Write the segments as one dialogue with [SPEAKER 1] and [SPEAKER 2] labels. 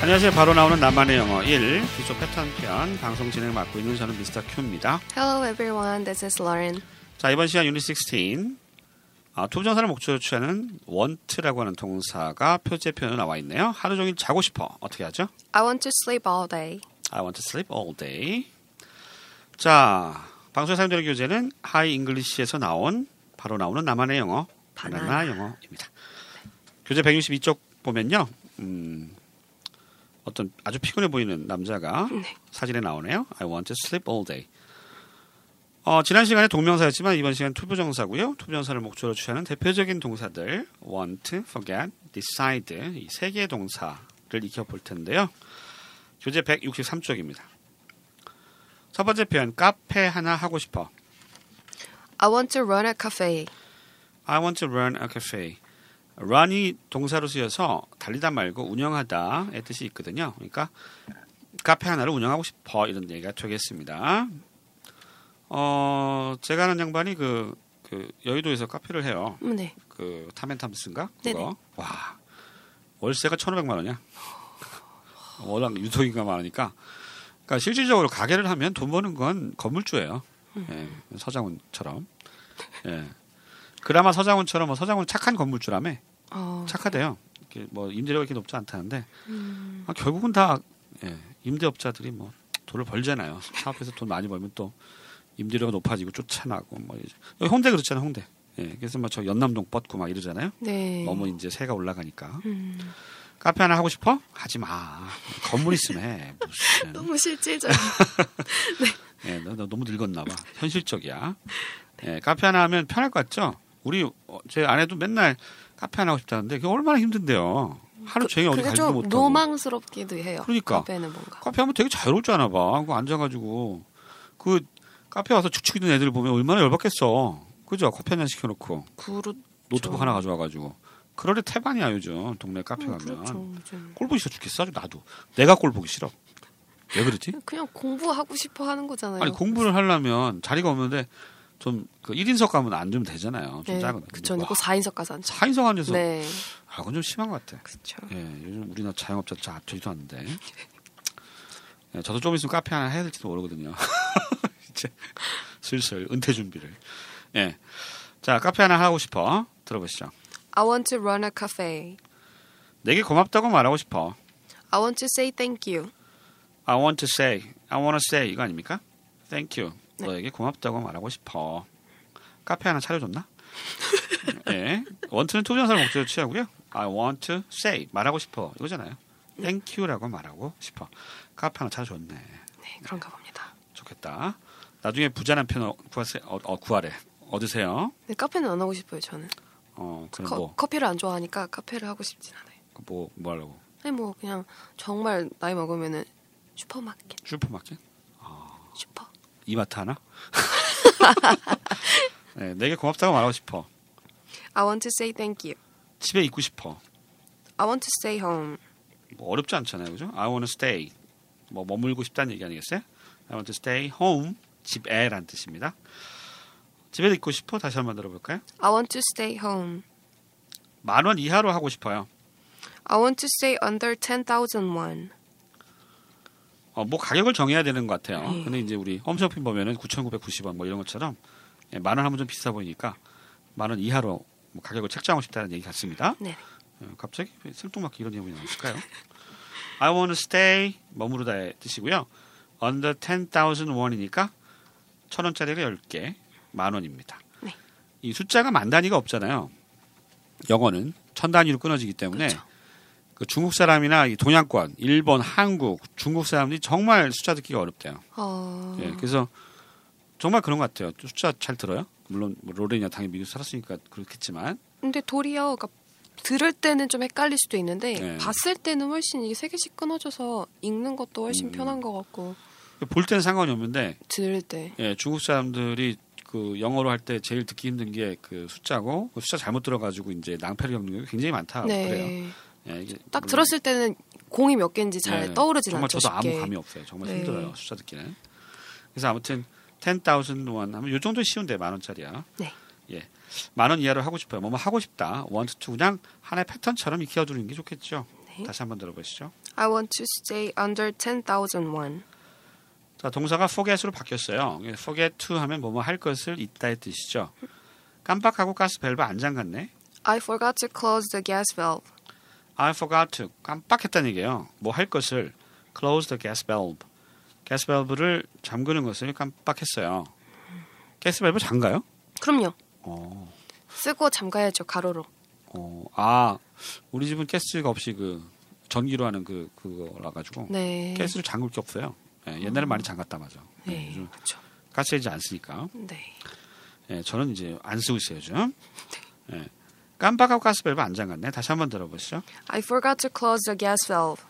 [SPEAKER 1] 안녕하세요. 바로 나오는 나만의 영어 1 기초 패턴 편 방송 진행 맡고 있는 저는 미스터 큐입니다.
[SPEAKER 2] Hello everyone, this is Lauren.
[SPEAKER 1] 자 이번 시간 유닛 16 아, 투부정사를 목적으로 취하는 want라고 하는 동사가 표제 표현으로 나와 있네요. 하루 종일 자고 싶어 어떻게 하죠?
[SPEAKER 2] I want to sleep all day.
[SPEAKER 1] I want to sleep all day. 자 방송에 사용되는 교재는 하이 잉글리시에서 나온 바로 나오는 나만의 영어 바나나,
[SPEAKER 2] 바나나.
[SPEAKER 1] 영어입니다. 교재 162쪽 보면요. 음, 어떤 아주 피곤해 보이는 남자가 사진에 나오네요. I want to sleep all day. 어, 지난 시간에 동명사였지만 이번 시간 투부정사고요. 투부정사를 목적으로 취하는 대표적인 동사들 want, forget, decide 이 세 개의 동사를 익혀볼 텐데요. 교재 163쪽입니다. 첫 번째 표현 카페 하나 하고 싶어.
[SPEAKER 2] I want to run a cafe.
[SPEAKER 1] I want to run a cafe. run이 동사로 쓰여서 달리다 말고 운영하다의 뜻이 있거든요. 그러니까 카페 하나를 운영하고 싶어 이런 얘기가 되겠습니다. 어, 제가 아는 양반이 그, 그 여의도에서 카페를 해요.
[SPEAKER 2] 음, 네.
[SPEAKER 1] 그 탐앤탐스인가? 그거.
[SPEAKER 2] 네네.
[SPEAKER 1] 와. 월세가 1,500만 원이야. 워낙 유통인가 많으니까. 그러니까 실질적으로 가게를 하면 돈 버는 건 건물주예요. 예, 서장훈처럼. 예. 그나마 서장훈처럼 뭐 서장훈 착한 건물주라며
[SPEAKER 2] 어,
[SPEAKER 1] 착하대요. 이렇게 뭐 임대료가 이렇게 높지 않다는데
[SPEAKER 2] 음.
[SPEAKER 1] 아, 결국은 다 예, 임대업자들이 뭐 돈을 벌잖아요. 사업에서 돈 많이 벌면 또 임대료가 높아지고 쫓아나고 뭐 이제. 여기 홍대 그렇잖아요. 홍대. 예, 그래서 막 저 연남동 뻗고 막 이러잖아요.
[SPEAKER 2] 네.
[SPEAKER 1] 너무 이제 새가 올라가니까
[SPEAKER 2] 음.
[SPEAKER 1] 카페 하나 하고 싶어? 하지 마. 건물 있으면 해. 무슨.
[SPEAKER 2] 너무 실질적인.
[SPEAKER 1] 예, 너, 너 너무 늙었나 봐. 현실적이야.
[SPEAKER 2] 네.
[SPEAKER 1] 예, 카페 하나 하면 편할 것 같죠? 우리 어, 제 아내도 맨날 카페 하나 하고 싶다는데 그게 얼마나 힘든데요. 하루 종일 어디
[SPEAKER 2] 그게
[SPEAKER 1] 가지도
[SPEAKER 2] 좀
[SPEAKER 1] 못하고.
[SPEAKER 2] 로망스럽기도 해요.
[SPEAKER 1] 그러니까.
[SPEAKER 2] 카페는 뭔가.
[SPEAKER 1] 카페 하면 되게 자유롭지 않아 봐. 그거 앉아가지고 그 카페 와서 축축 있는 애들 보면 얼마나 열받겠어. 그죠? 커피 한 잔 시켜놓고
[SPEAKER 2] 그렇죠.
[SPEAKER 1] 노트북 하나 가져와가지고 그러래 태반이야 요즘 동네 카페
[SPEAKER 2] 음,
[SPEAKER 1] 가면.
[SPEAKER 2] 그렇죠. 요즘.
[SPEAKER 1] 꼴 보기 싫어 죽겠어. 아주 나도 내가 꼴 보기 싫어. 왜 그러지?
[SPEAKER 2] 그냥 공부하고 싶어 하는 거잖아요.
[SPEAKER 1] 네? 아니 공부를 하려면 자리가 없는데 좀그 1인석 가면 앉으면 되잖아요. 좀
[SPEAKER 2] 네.
[SPEAKER 1] 작은. 뭐
[SPEAKER 2] 그쵸.
[SPEAKER 1] 와,
[SPEAKER 2] 이거 4인석 가서 앉죠.
[SPEAKER 1] 4인석 앉아서
[SPEAKER 2] 네.
[SPEAKER 1] 아, 그건 좀 심한 것 같아.
[SPEAKER 2] 그렇죠.
[SPEAKER 1] 예, 요즘 우리나라 자영업자 잘 되지도 않는데. 예, 저도 좀 있으면 카페 하나 해야 될지도 모르거든요. 이제 슬슬 은퇴 준비를. 예. 자, 카페 하나 하고 싶어. 들어보시죠.
[SPEAKER 2] I want to run a cafe.
[SPEAKER 1] 내게 고맙다고 말하고 싶어.
[SPEAKER 2] I want to say thank you.
[SPEAKER 1] I want to say, I want to say 이거 아닙니까? Thank you. 너에게 고맙다고 말하고 싶어. 카페 하나 차려줬나? 예. 원투는 투부정사를 목적으로 취하고요. I want to say 말하고 싶어 이거잖아요. Thank you라고 말하고 싶어. 카페 하나 차려줬네.
[SPEAKER 2] 네, 그런가 봅니다.
[SPEAKER 1] 좋겠다. 나중에 부자 남편 어, 구하세, 어, 어, 구하래. 얻으세요.
[SPEAKER 2] 네, 카페는 안 하고 싶어요, 저는.
[SPEAKER 1] 어, 그럼
[SPEAKER 2] 커,
[SPEAKER 1] 뭐,
[SPEAKER 2] 커피를 안 좋아하니까 카페를 하고 싶진 않아요.
[SPEAKER 1] 뭐, 뭐 하려고?
[SPEAKER 2] 아니 뭐 그냥 정말 나이 먹으면은 슈퍼마켓
[SPEAKER 1] 슈퍼마켓?
[SPEAKER 2] 슈퍼
[SPEAKER 1] 이마트 하나? 네, 내게 고맙다고 말하고 싶어.
[SPEAKER 2] I want to say thank you
[SPEAKER 1] 집에 있고 싶어.
[SPEAKER 2] I want to stay home
[SPEAKER 1] 뭐 어렵지 않잖아요, 그죠? I want to stay. 뭐 머물고 싶다는 얘기 아니겠어요? I want to stay home. 집에란 뜻입니다. 집에 있고 싶어? 다시 한번 들어볼까요?
[SPEAKER 2] I want to stay home
[SPEAKER 1] 만 원 이하로 하고 싶어요.
[SPEAKER 2] I want to stay under 10,000 won
[SPEAKER 1] 어, 뭐 가격을 정해야 되는 것 같아요.
[SPEAKER 2] 예.
[SPEAKER 1] 근데 이제 우리 홈쇼핑 보면은 9,990원 뭐 이런 것처럼 예, 만원 하면 좀 비싸 보이니까 만 원 이하로 뭐 가격을 책정하고 싶다는 얘기 같습니다.
[SPEAKER 2] 네
[SPEAKER 1] 어, 갑자기 왜 생뚱맞게 이런 내용이 나왔을까요? I want to stay 머무르다의 뜻이고요. Under 10,000 원이니까 천 원짜리가 10개, 만 원입니다.
[SPEAKER 2] 네.
[SPEAKER 1] 이 숫자가 만 단위가 없잖아요. 영어는 천 단위로 끊어지기 때문에
[SPEAKER 2] 그렇죠.
[SPEAKER 1] 그 중국 사람이나 이 동양권, 일본, 한국, 중국 사람들이 정말 숫자 듣기가 어렵대요.
[SPEAKER 2] 어...
[SPEAKER 1] 예, 그래서 정말 그런 것 같아요. 숫자 잘 들어요? 물론 뭐 로렌이나 당연히 미국 살았으니까 그렇겠지만
[SPEAKER 2] 근데 도리어 그러니까 들을 때는 좀 헷갈릴 수도 있는데
[SPEAKER 1] 네.
[SPEAKER 2] 봤을 때는 훨씬 이게 세 개씩 끊어져서 읽는 것도 훨씬
[SPEAKER 1] 음.
[SPEAKER 2] 편한 것 같고
[SPEAKER 1] 볼 때는 상관이 없는데
[SPEAKER 2] 들을 때
[SPEAKER 1] 예, 중국 사람들이 그 영어로 할 때 제일 듣기 힘든 게 그 숫자고 그 숫자 잘못 들어가지고 이제 낭패를 겪는 게 굉장히 많다 아, 그래요.
[SPEAKER 2] 네.
[SPEAKER 1] 예, 이게
[SPEAKER 2] 딱
[SPEAKER 1] 물론-
[SPEAKER 2] 들었을 때는 공이 몇 개인지 잘
[SPEAKER 1] 예,
[SPEAKER 2] 떠오르진
[SPEAKER 1] 정말
[SPEAKER 2] 않죠
[SPEAKER 1] 저도
[SPEAKER 2] 쉽게
[SPEAKER 1] 아무 감이 없어요. 정말
[SPEAKER 2] 네.
[SPEAKER 1] 힘들어요 숫자 듣기는. 그래서 아무튼 10,000 원 하면 요 정도 쉬운데 만 원짜리야.
[SPEAKER 2] 네.
[SPEAKER 1] 예, 만 원 이하로 하고 싶어요. 뭐뭐 하고 싶다. 원투 그냥 하나의 패턴처럼 익혀두는 게 좋겠죠. 네.
[SPEAKER 2] 네.
[SPEAKER 1] 다시 한번 들어보시죠.
[SPEAKER 2] I want to stay under 10,000 won.
[SPEAKER 1] 자, 동사가 forget으로 바뀌었어요. 예, forget to 하면 뭐뭐 할 것을 잊다의 뜻이죠. 깜빡하고 가스 밸브 안 잠갔네.
[SPEAKER 2] I forgot to close the gas valve.
[SPEAKER 1] I forgot to 깜빡했다는 얘기예요. 뭐 할 것을 close the gas valve. 가스 밸브를 잠그는 것을 깜빡했어요. 가스 밸브 잠가요?
[SPEAKER 2] 그럼요.
[SPEAKER 1] 어.
[SPEAKER 2] 쓰고 잠가야죠 가로로.
[SPEAKER 1] 어. 아, 우리 집은 가스가 없이 그 전기로 하는 그 그거라 가지고
[SPEAKER 2] 네.
[SPEAKER 1] 가스를 잠글 게 없어요. 예, 옛날에 많이 잠갔다 맞아. 예,
[SPEAKER 2] 네.
[SPEAKER 1] 요즘
[SPEAKER 2] 그렇죠.
[SPEAKER 1] 가스 이제 안 쓰니까.
[SPEAKER 2] 네.
[SPEAKER 1] 예, 저는 이제 안 쓰고 있어요, 요즘.
[SPEAKER 2] 네.
[SPEAKER 1] 예. 깜빡하고 가스 밸브 안 잠갔네. 다시 한번 들어보시죠.
[SPEAKER 2] I forgot to close the gas valve.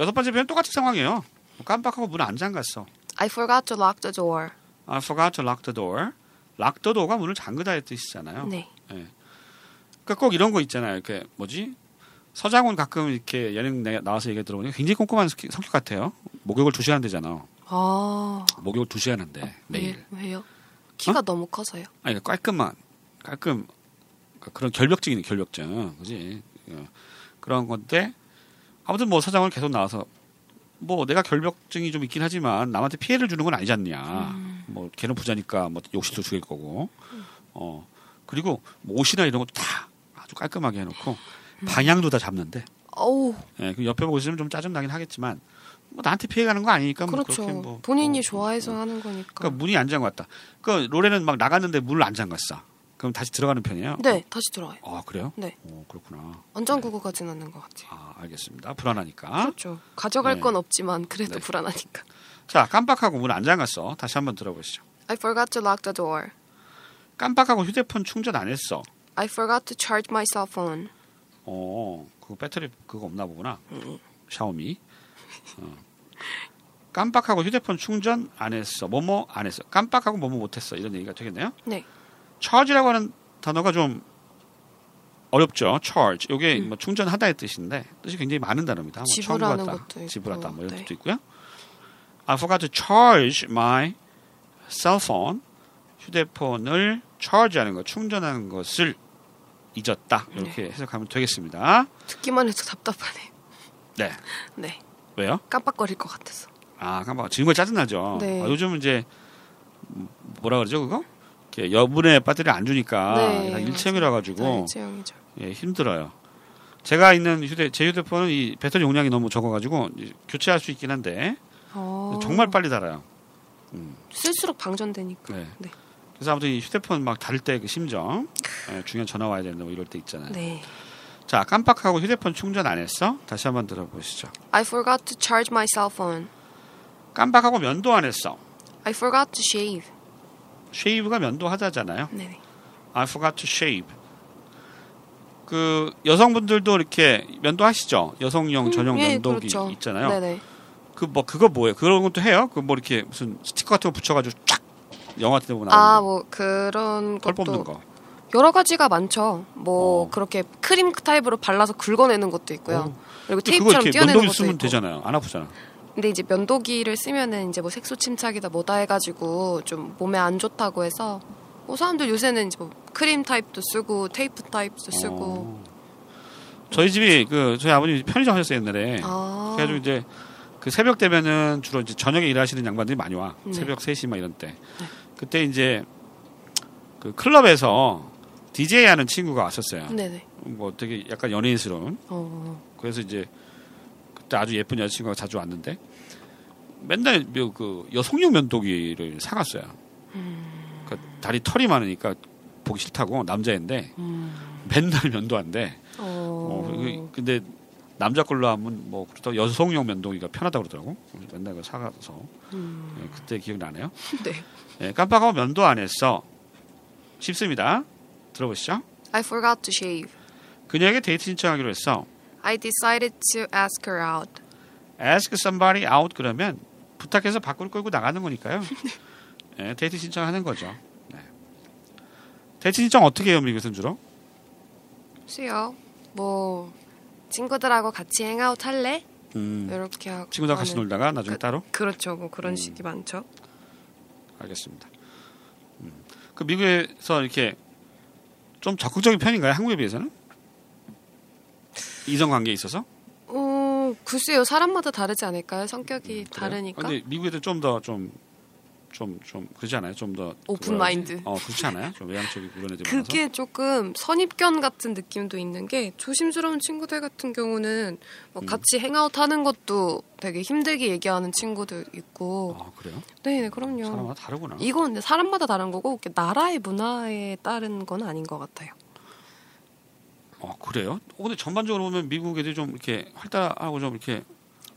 [SPEAKER 1] 여섯 번째 표현 똑같은 상황이에요. 깜빡하고 문 안 잠갔어.
[SPEAKER 2] I forgot to lock the door.
[SPEAKER 1] I forgot to lock the door. lock the door가 문을 잠그다의 뜻이잖아요.
[SPEAKER 2] 네.
[SPEAKER 1] 그러니까 꼭 이런 거 있잖아요. 이렇게 뭐지? 서장훈 가끔 이렇게 예능 내- 나와서 얘기 들어보니까 굉장히 꼼꼼한 성- 성격 같아요. 목욕을 두 시간 되잖아.
[SPEAKER 2] 아.
[SPEAKER 1] 목욕을 두 시간 한대 매일. 어?
[SPEAKER 2] 왜, 왜요? 키가 너무 커서요.
[SPEAKER 1] 아니 그러니까 깔끔한 깔끔 그러니까 그런 결벽증이네 결벽증 그지 어, 그런 건데 아무튼 뭐 사장은 계속 나와서 뭐 내가 결벽증이 좀 있긴 하지만 남한테 피해를 주는 건 아니지 않냐
[SPEAKER 2] 음.
[SPEAKER 1] 뭐 걔는 부자니까 뭐 욕심도 죽일 거고 어 그리고 뭐 옷이나 이런 것도 다 아주 깔끔하게 해놓고
[SPEAKER 2] 음.
[SPEAKER 1] 방향도 다 잡는데
[SPEAKER 2] 어우.
[SPEAKER 1] 예, 그 옆에 보고 있으면 좀 짜증 나긴 하겠지만 뭐 나한테 피해 가는 거 아니니까 뭐
[SPEAKER 2] 그렇죠.
[SPEAKER 1] 그렇게 뭐
[SPEAKER 2] 본인이
[SPEAKER 1] 어,
[SPEAKER 2] 좋아해서 하는 거니까.
[SPEAKER 1] 그러니까 문이 안 잠갔다. 그러니까 로레는 막 나갔는데 문을 안 잠갔어. 그럼 다시 뭐, 들어가는 네. 편이에요?
[SPEAKER 2] 네, 다시 들어와요.
[SPEAKER 1] 아 그래요?
[SPEAKER 2] 네.
[SPEAKER 1] 오 그렇구나.
[SPEAKER 2] 완전 구구가진 않는 것 같아요.
[SPEAKER 1] 아 알겠습니다. 불안하니까.
[SPEAKER 2] 그렇죠. 가져갈
[SPEAKER 1] 네.
[SPEAKER 2] 건 없지만 그래도
[SPEAKER 1] 네.
[SPEAKER 2] 불안하니까.
[SPEAKER 1] 자 깜빡하고 문 안 잠갔어. 다시 한번 들어보시죠.
[SPEAKER 2] I forgot to lock the door.
[SPEAKER 1] 깜빡하고 휴대폰 충전 안 했어.
[SPEAKER 2] I forgot to charge my cell phone.
[SPEAKER 1] 어 그거 배터리 그거 없나 보구나. 샤오미. 어. 깜빡하고 휴대폰 충전 안 했어. 뭐뭐 안 했어. 깜빡하고 뭐뭐 못 했어. 이런 얘기가 되겠네요.
[SPEAKER 2] 네.
[SPEAKER 1] charge라고 하는 단어가 좀 어렵죠. charge. 이게 뭐 충전하다의 뜻인데 뜻이 굉장히 많은 단어입니다. 뭐
[SPEAKER 2] 음. 지불하는
[SPEAKER 1] 청구하다,
[SPEAKER 2] 것도 있고,
[SPEAKER 1] 지불하다 뭐 이런
[SPEAKER 2] 네.
[SPEAKER 1] 것도 있고요. I forgot to charge my cell phone. 휴대폰을 charge하는 것, 충전하는 것을 잊었다. 이렇게
[SPEAKER 2] 네.
[SPEAKER 1] 해석하면 되겠습니다.
[SPEAKER 2] 듣기만 해도 답답하네요.
[SPEAKER 1] 네.
[SPEAKER 2] 네.
[SPEAKER 1] 왜요?
[SPEAKER 2] 깜빡거릴 것 같아서.
[SPEAKER 1] 아, 깜빡. 지금 거 짜증나죠.
[SPEAKER 2] 네.
[SPEAKER 1] 아, 요즘 이제 뭐라 그러죠, 그거? 이렇게 여분의 배터리 안 주니까
[SPEAKER 2] 네,
[SPEAKER 1] 다 일체형이라 가지고
[SPEAKER 2] 네, 제형이죠.
[SPEAKER 1] 예, 힘들어요. 제가 있는 휴대 제 휴대폰은 이 배터리 용량이 너무 적어가지고 이제 교체할 수 있긴 한데
[SPEAKER 2] 어,
[SPEAKER 1] 정말 빨리 닳아요.
[SPEAKER 2] 쓸수록 방전되니까.
[SPEAKER 1] 네.
[SPEAKER 2] 네.
[SPEAKER 1] 그래서 아무튼 이 휴대폰 막 닳을 때 그 심정, 예, 중요한 전화 와야 되는데 뭐 이럴 때 있잖아요.
[SPEAKER 2] 네.
[SPEAKER 1] 자 깜빡하고 휴대폰 충전 안 했어? 다시 한번 들어보시죠.
[SPEAKER 2] I forgot to charge my cell phone.
[SPEAKER 1] 깜빡하고 면도 안 했어.
[SPEAKER 2] I forgot to shave.
[SPEAKER 1] 쉐이브가 면도하자잖아요.
[SPEAKER 2] 네. 네.
[SPEAKER 1] I forgot to shave. 그 여성분들도 이렇게 면도하시죠. 여성용 전용
[SPEAKER 2] 음, 예,
[SPEAKER 1] 면도기
[SPEAKER 2] 그렇죠.
[SPEAKER 1] 있잖아요.
[SPEAKER 2] 네, 네.
[SPEAKER 1] 그 뭐 그거 뭐예요? 그런 것도 해요? 그 뭐 이렇게 무슨 스티커 같은 거 붙여가지고 쫙 영화 같은 데 보면
[SPEAKER 2] 아,
[SPEAKER 1] 나오는
[SPEAKER 2] 뭐 그런
[SPEAKER 1] 털 뽑는
[SPEAKER 2] 것도 뭐
[SPEAKER 1] 거.
[SPEAKER 2] 여러 가지가 많죠. 뭐
[SPEAKER 1] 어.
[SPEAKER 2] 그렇게 크림 타입으로 발라서 긁어내는 것도 있고요.
[SPEAKER 1] 어.
[SPEAKER 2] 그리고
[SPEAKER 1] 근데 그거
[SPEAKER 2] 테이프처럼
[SPEAKER 1] 이렇게
[SPEAKER 2] 떼어내는
[SPEAKER 1] 면도기
[SPEAKER 2] 것도
[SPEAKER 1] 쓰면
[SPEAKER 2] 있고.
[SPEAKER 1] 되잖아요. 안 아프잖아.
[SPEAKER 2] 근데 이제 면도기를 쓰면은 이제 뭐 색소 침착이다 뭐다 해가지고 좀 몸에 안 좋다고 해서 뭐 사람들 요새는 이제 뭐 크림 타입도 쓰고 테이프 타입도 쓰고
[SPEAKER 1] 어. 저희 집이 그 저희 아버님 편의점 하셨어요 옛날에.
[SPEAKER 2] 아
[SPEAKER 1] 네. 그래가지고 이제 그 새벽 되면은 주로 이제 저녁에 일하시는 양반들이 많이 와.
[SPEAKER 2] 네.
[SPEAKER 1] 새벽 3시 막 이런 때. 그때 이제 그 클럽에서 DJ 하는 친구가 왔었어요.
[SPEAKER 2] 네네
[SPEAKER 1] 뭐 되게 약간 연예인스러운.
[SPEAKER 2] 어
[SPEAKER 1] 그래서 이제 그때 아주 예쁜 여자친구가 자주 왔는데 맨날 묘- 그 여성용 면도기를 사갔어요.
[SPEAKER 2] 음.
[SPEAKER 1] 그 다리 털이 많으니까 보기 싫다고 남자인데
[SPEAKER 2] 음.
[SPEAKER 1] 맨날 면도한대.
[SPEAKER 2] 어.
[SPEAKER 1] 어, 그- 근데 남자 걸로 하면 뭐 그렇다 여성용 면도기가 편하다 고 그러더라고. 그래서 맨날 그 사가서
[SPEAKER 2] 음.
[SPEAKER 1] 예, 그때 기억나네요.
[SPEAKER 2] 네
[SPEAKER 1] 예, 깜빡하고 면도 안 했어. 쉽습니다. 들어보시죠.
[SPEAKER 2] I forgot to shave.
[SPEAKER 1] 그녀에게 데이트 신청하기로 했어.
[SPEAKER 2] I decided to ask her out.
[SPEAKER 1] ask somebody out 그러면 부탁해서 밖으로 끌고 나가는 거니까요. 예, 데이트 신청하는 거죠. 네. 데이트 신청 어떻게 해요, 미국에서 주로?
[SPEAKER 2] 수요 뭐 친구들하고 같이 행아웃 할래? 이렇게 하고
[SPEAKER 1] 음. 친구들 같이
[SPEAKER 2] 하는-
[SPEAKER 1] 놀다가 음. 나중에 따로?
[SPEAKER 2] 아, 네. 그렇죠 뭐 그런 식이 많죠.
[SPEAKER 1] 알겠습니다. 음. 그 미국에서 이렇게 좀 적극적인 편인가요? 한국에 비해서는? 이성 관계에
[SPEAKER 2] 음,
[SPEAKER 1] 있어서?
[SPEAKER 2] 어, 글쎄요. 사람마다 다르지 않을까요? 성격이
[SPEAKER 1] 음, 그래요?
[SPEAKER 2] 예, 다르니까.
[SPEAKER 1] 근데 미국애들 좀 더 좀 좀 좀 그러지 않아요? 좀 더
[SPEAKER 2] 오픈 마인드.
[SPEAKER 1] 어 그렇지 않아요? 좀 외향적인 그런 애들 많아서.
[SPEAKER 2] 그게 조금 선입견 같은 느낌도 있는 게 조심스러운 친구들 같은 경우는 뭐
[SPEAKER 1] 음.
[SPEAKER 2] 같이 행아웃 하는 것도 되게 힘들게 얘기하는 친구들 있고.
[SPEAKER 1] 아 그래요?
[SPEAKER 2] 네, 네, 그럼요.
[SPEAKER 1] 사람마다 다르구나.
[SPEAKER 2] 이건 근데 사람마다 다른 거고 이렇게 나라의 문화에 따른 건 아닌 것 같아요.
[SPEAKER 1] 아 그래요? 어, 근데 전반적으로 보면 미국 애들이 좀 이렇게 활달하고 좀 이렇게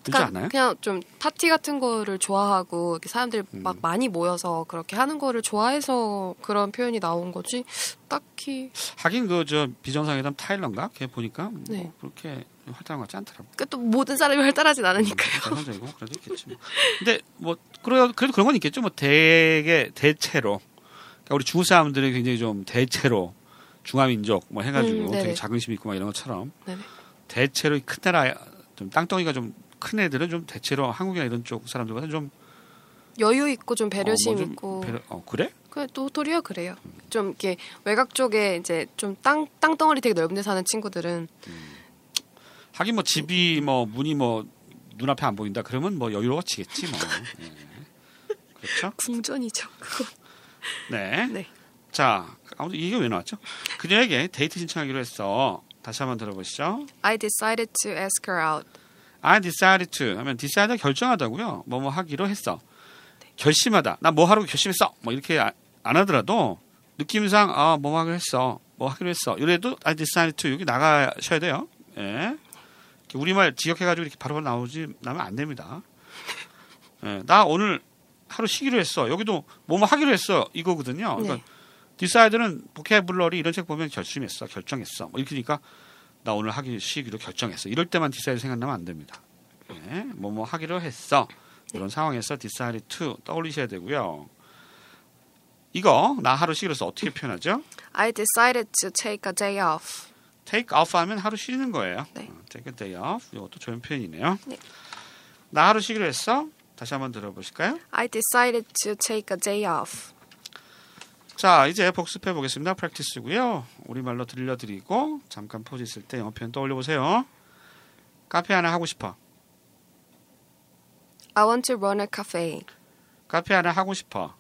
[SPEAKER 1] 그렇지
[SPEAKER 2] 그러니까
[SPEAKER 1] 않아요?
[SPEAKER 2] 그냥 좀 파티 같은 거를 좋아하고 이렇게 사람들이
[SPEAKER 1] 음.
[SPEAKER 2] 막 많이 모여서 그렇게 하는 거를 좋아해서 그런 표현이 나온 거지 딱히
[SPEAKER 1] 하긴 그 저 비정상회담 타일런가 걔 보니까 뭐
[SPEAKER 2] 네.
[SPEAKER 1] 그렇게 활달한 것 같지 않더라고.
[SPEAKER 2] 그또 모든 사람이 활달하진 않으니까요.
[SPEAKER 1] 비정상적이고 아, 그래도 있겠지. 뭐. 근데 뭐 그래 그래도 그런 건 있겠죠. 뭐 되게 대체로 그러니까 우리 중국 사람들이 굉장히 좀 대체로 중화민족 뭐 해가지고
[SPEAKER 2] 음, 네네.
[SPEAKER 1] 되게 자긍심 있고 막 이런 것처럼
[SPEAKER 2] 네네.
[SPEAKER 1] 대체로 이큰 나라 좀 땅덩이가 좀 큰 애들은 좀 대체로 한국이나 이런 쪽 사람들보다 좀
[SPEAKER 2] 여유 있고 좀 배려심
[SPEAKER 1] 어, 뭐좀
[SPEAKER 2] 있고
[SPEAKER 1] 배려- 음. 어 그래?
[SPEAKER 2] 그래 또 도리어 그래요. 좀 이렇게 외곽 쪽에 이제 좀 땅 땅덩어리 되게 넓은 데 사는 친구들은
[SPEAKER 1] 하긴 뭐 집이 뭐 문이 뭐 눈앞에 안 보인다 그러면 뭐 여유로워지겠지 뭐. 예. 그렇죠?
[SPEAKER 2] 궁전이죠. 그거.
[SPEAKER 1] 네.
[SPEAKER 2] 네.
[SPEAKER 1] 자, 아무튼 이게 왜 나왔죠? 그녀에게 데이트 신청하기로 했어. 다시 한번 들어보시죠.
[SPEAKER 2] I decided to ask her out.
[SPEAKER 1] I decided to 하면 decide 결정하다고요. 뭐 뭐 하기로 했어. 결심하다. 나 뭐 하라고 결심했어. 뭐 이렇게 아- 안 하더라도 느낌상 아, 뭐 하기로 했어. 뭐 하기로 했어. 이래도 I decided to 여기 나가셔야 돼요. 예. 이렇게 우리말 지역해 가지고 이렇게 바로바로 나오지 나면 안 됩니다. 예. 나 오늘 하루 쉬기로 했어. 여기도 뭐 뭐 하기로 했어. 이거거든요. 그러니까
[SPEAKER 2] 네.
[SPEAKER 1] 디사이드는 보케블러리 이런 책 보면 결심했어, 결정했어. 뭐 이렇게 되니까 나 오늘 하기 쉬기로 결정했어. 이럴 때만 디사이드 생각나면 안 됩니다. 네, 뭐뭐 하기로 했어. 이런 상황에서 디사이드 to 떠올리셔야 되고요. 이거 나 하루 쉬기로서 어떻게 표현하죠?
[SPEAKER 2] I decided to take a day off.
[SPEAKER 1] take off 하면 하루 쉬는 거예요.
[SPEAKER 2] 네.
[SPEAKER 1] 어, take a day off. 이것도 좋은 표현이네요.
[SPEAKER 2] 네.
[SPEAKER 1] 나 하루 쉬기로 했어. 다시 한번 들어보실까요?
[SPEAKER 2] I decided to take a day off.
[SPEAKER 1] 자, 이제 복습해 보겠습니다. 프랙티스고요. 우리말로 들려드리고 잠깐 포즈 있을 때 영어 표현 떠올려 보세요. 카페 하나 하고 싶어.
[SPEAKER 2] I want to run a cafe.
[SPEAKER 1] 카페 하나 하고 싶어.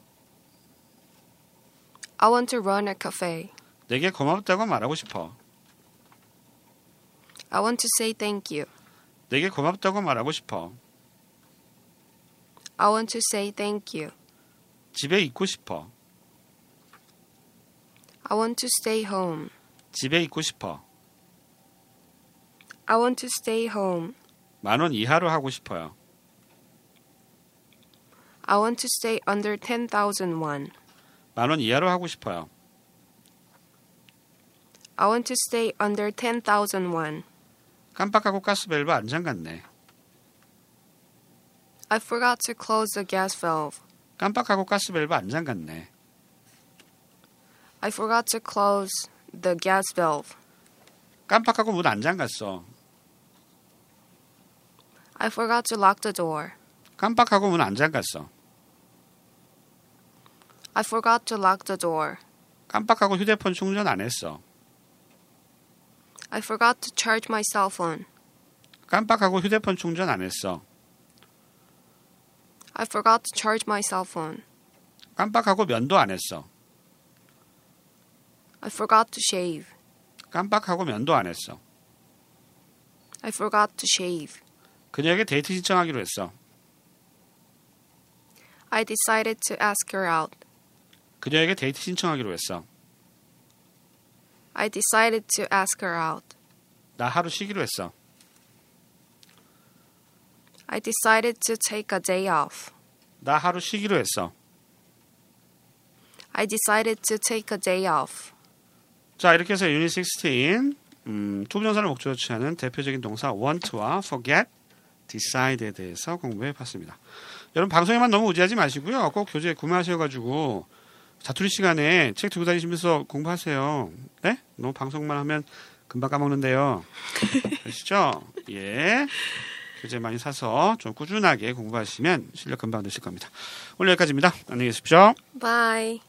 [SPEAKER 2] I want to run a cafe.
[SPEAKER 1] 내게 고맙다고 말하고 싶어.
[SPEAKER 2] I want to say thank you.
[SPEAKER 1] 내게 고맙다고 말하고 싶어.
[SPEAKER 2] I want to say thank you.
[SPEAKER 1] 집에 있고 싶어.
[SPEAKER 2] I want to stay home.
[SPEAKER 1] 집에 있고 싶어.
[SPEAKER 2] I want to stay home.
[SPEAKER 1] 만 원 이하로 하고 싶어요.
[SPEAKER 2] I want to stay under 10,000 won.
[SPEAKER 1] 만 원 이하로 하고 싶어요.
[SPEAKER 2] I want to stay under 10,000 won.
[SPEAKER 1] 깜빡하고 가스밸브 안장 갔네.
[SPEAKER 2] I forgot to close the gas valve.
[SPEAKER 1] 깜빡하고 가스밸브 안장 갔네.
[SPEAKER 2] I forgot to close the gas valve.
[SPEAKER 1] 깜빡하고 문 안장 갔어.
[SPEAKER 2] I forgot to lock the door.
[SPEAKER 1] 깜빡하고 문 안장 갔어.
[SPEAKER 2] I forgot to lock the door.
[SPEAKER 1] 깜빡하고 휴대폰 충전 안 했어.
[SPEAKER 2] I forgot to charge my cell phone.
[SPEAKER 1] 깜빡하고 휴대폰 충전 안 했어.
[SPEAKER 2] I forgot to charge my cell phone.
[SPEAKER 1] 깜빡하고 면도 안 했어.
[SPEAKER 2] I forgot to shave.
[SPEAKER 1] 깜빡하고 면도 안 했어.
[SPEAKER 2] I forgot to shave.
[SPEAKER 1] 그녀에게 데이트 신청하기로 했어.
[SPEAKER 2] I decided to ask her out.
[SPEAKER 1] 그녀에게 데이트 신청하기로 했어.
[SPEAKER 2] I decided to ask her out.
[SPEAKER 1] 나 하루 쉬기로 했어.
[SPEAKER 2] I decided to take a day off.
[SPEAKER 1] 나 하루 쉬기로 했어.
[SPEAKER 2] I decided to take a day off.
[SPEAKER 1] 자 이렇게 해서 유닛 16 음, 투부정사를 목적으로 취하는 대표적인 동사 want와 forget, decide에 대해서 공부해봤습니다. 여러분 방송에만 너무 의지하지 마시고요. 꼭 교재 구매하셔가지고 자투리 시간에 책 들고 다니시면서 공부하세요. 네? 너무 방송만 하면 금방 까먹는데요. 아시죠? 예. 교재 많이 사서 좀 꾸준하게 공부하시면 실력 금방 되실 겁니다. 오늘 여기까지입니다. 안녕히 계십시오.
[SPEAKER 2] Bye.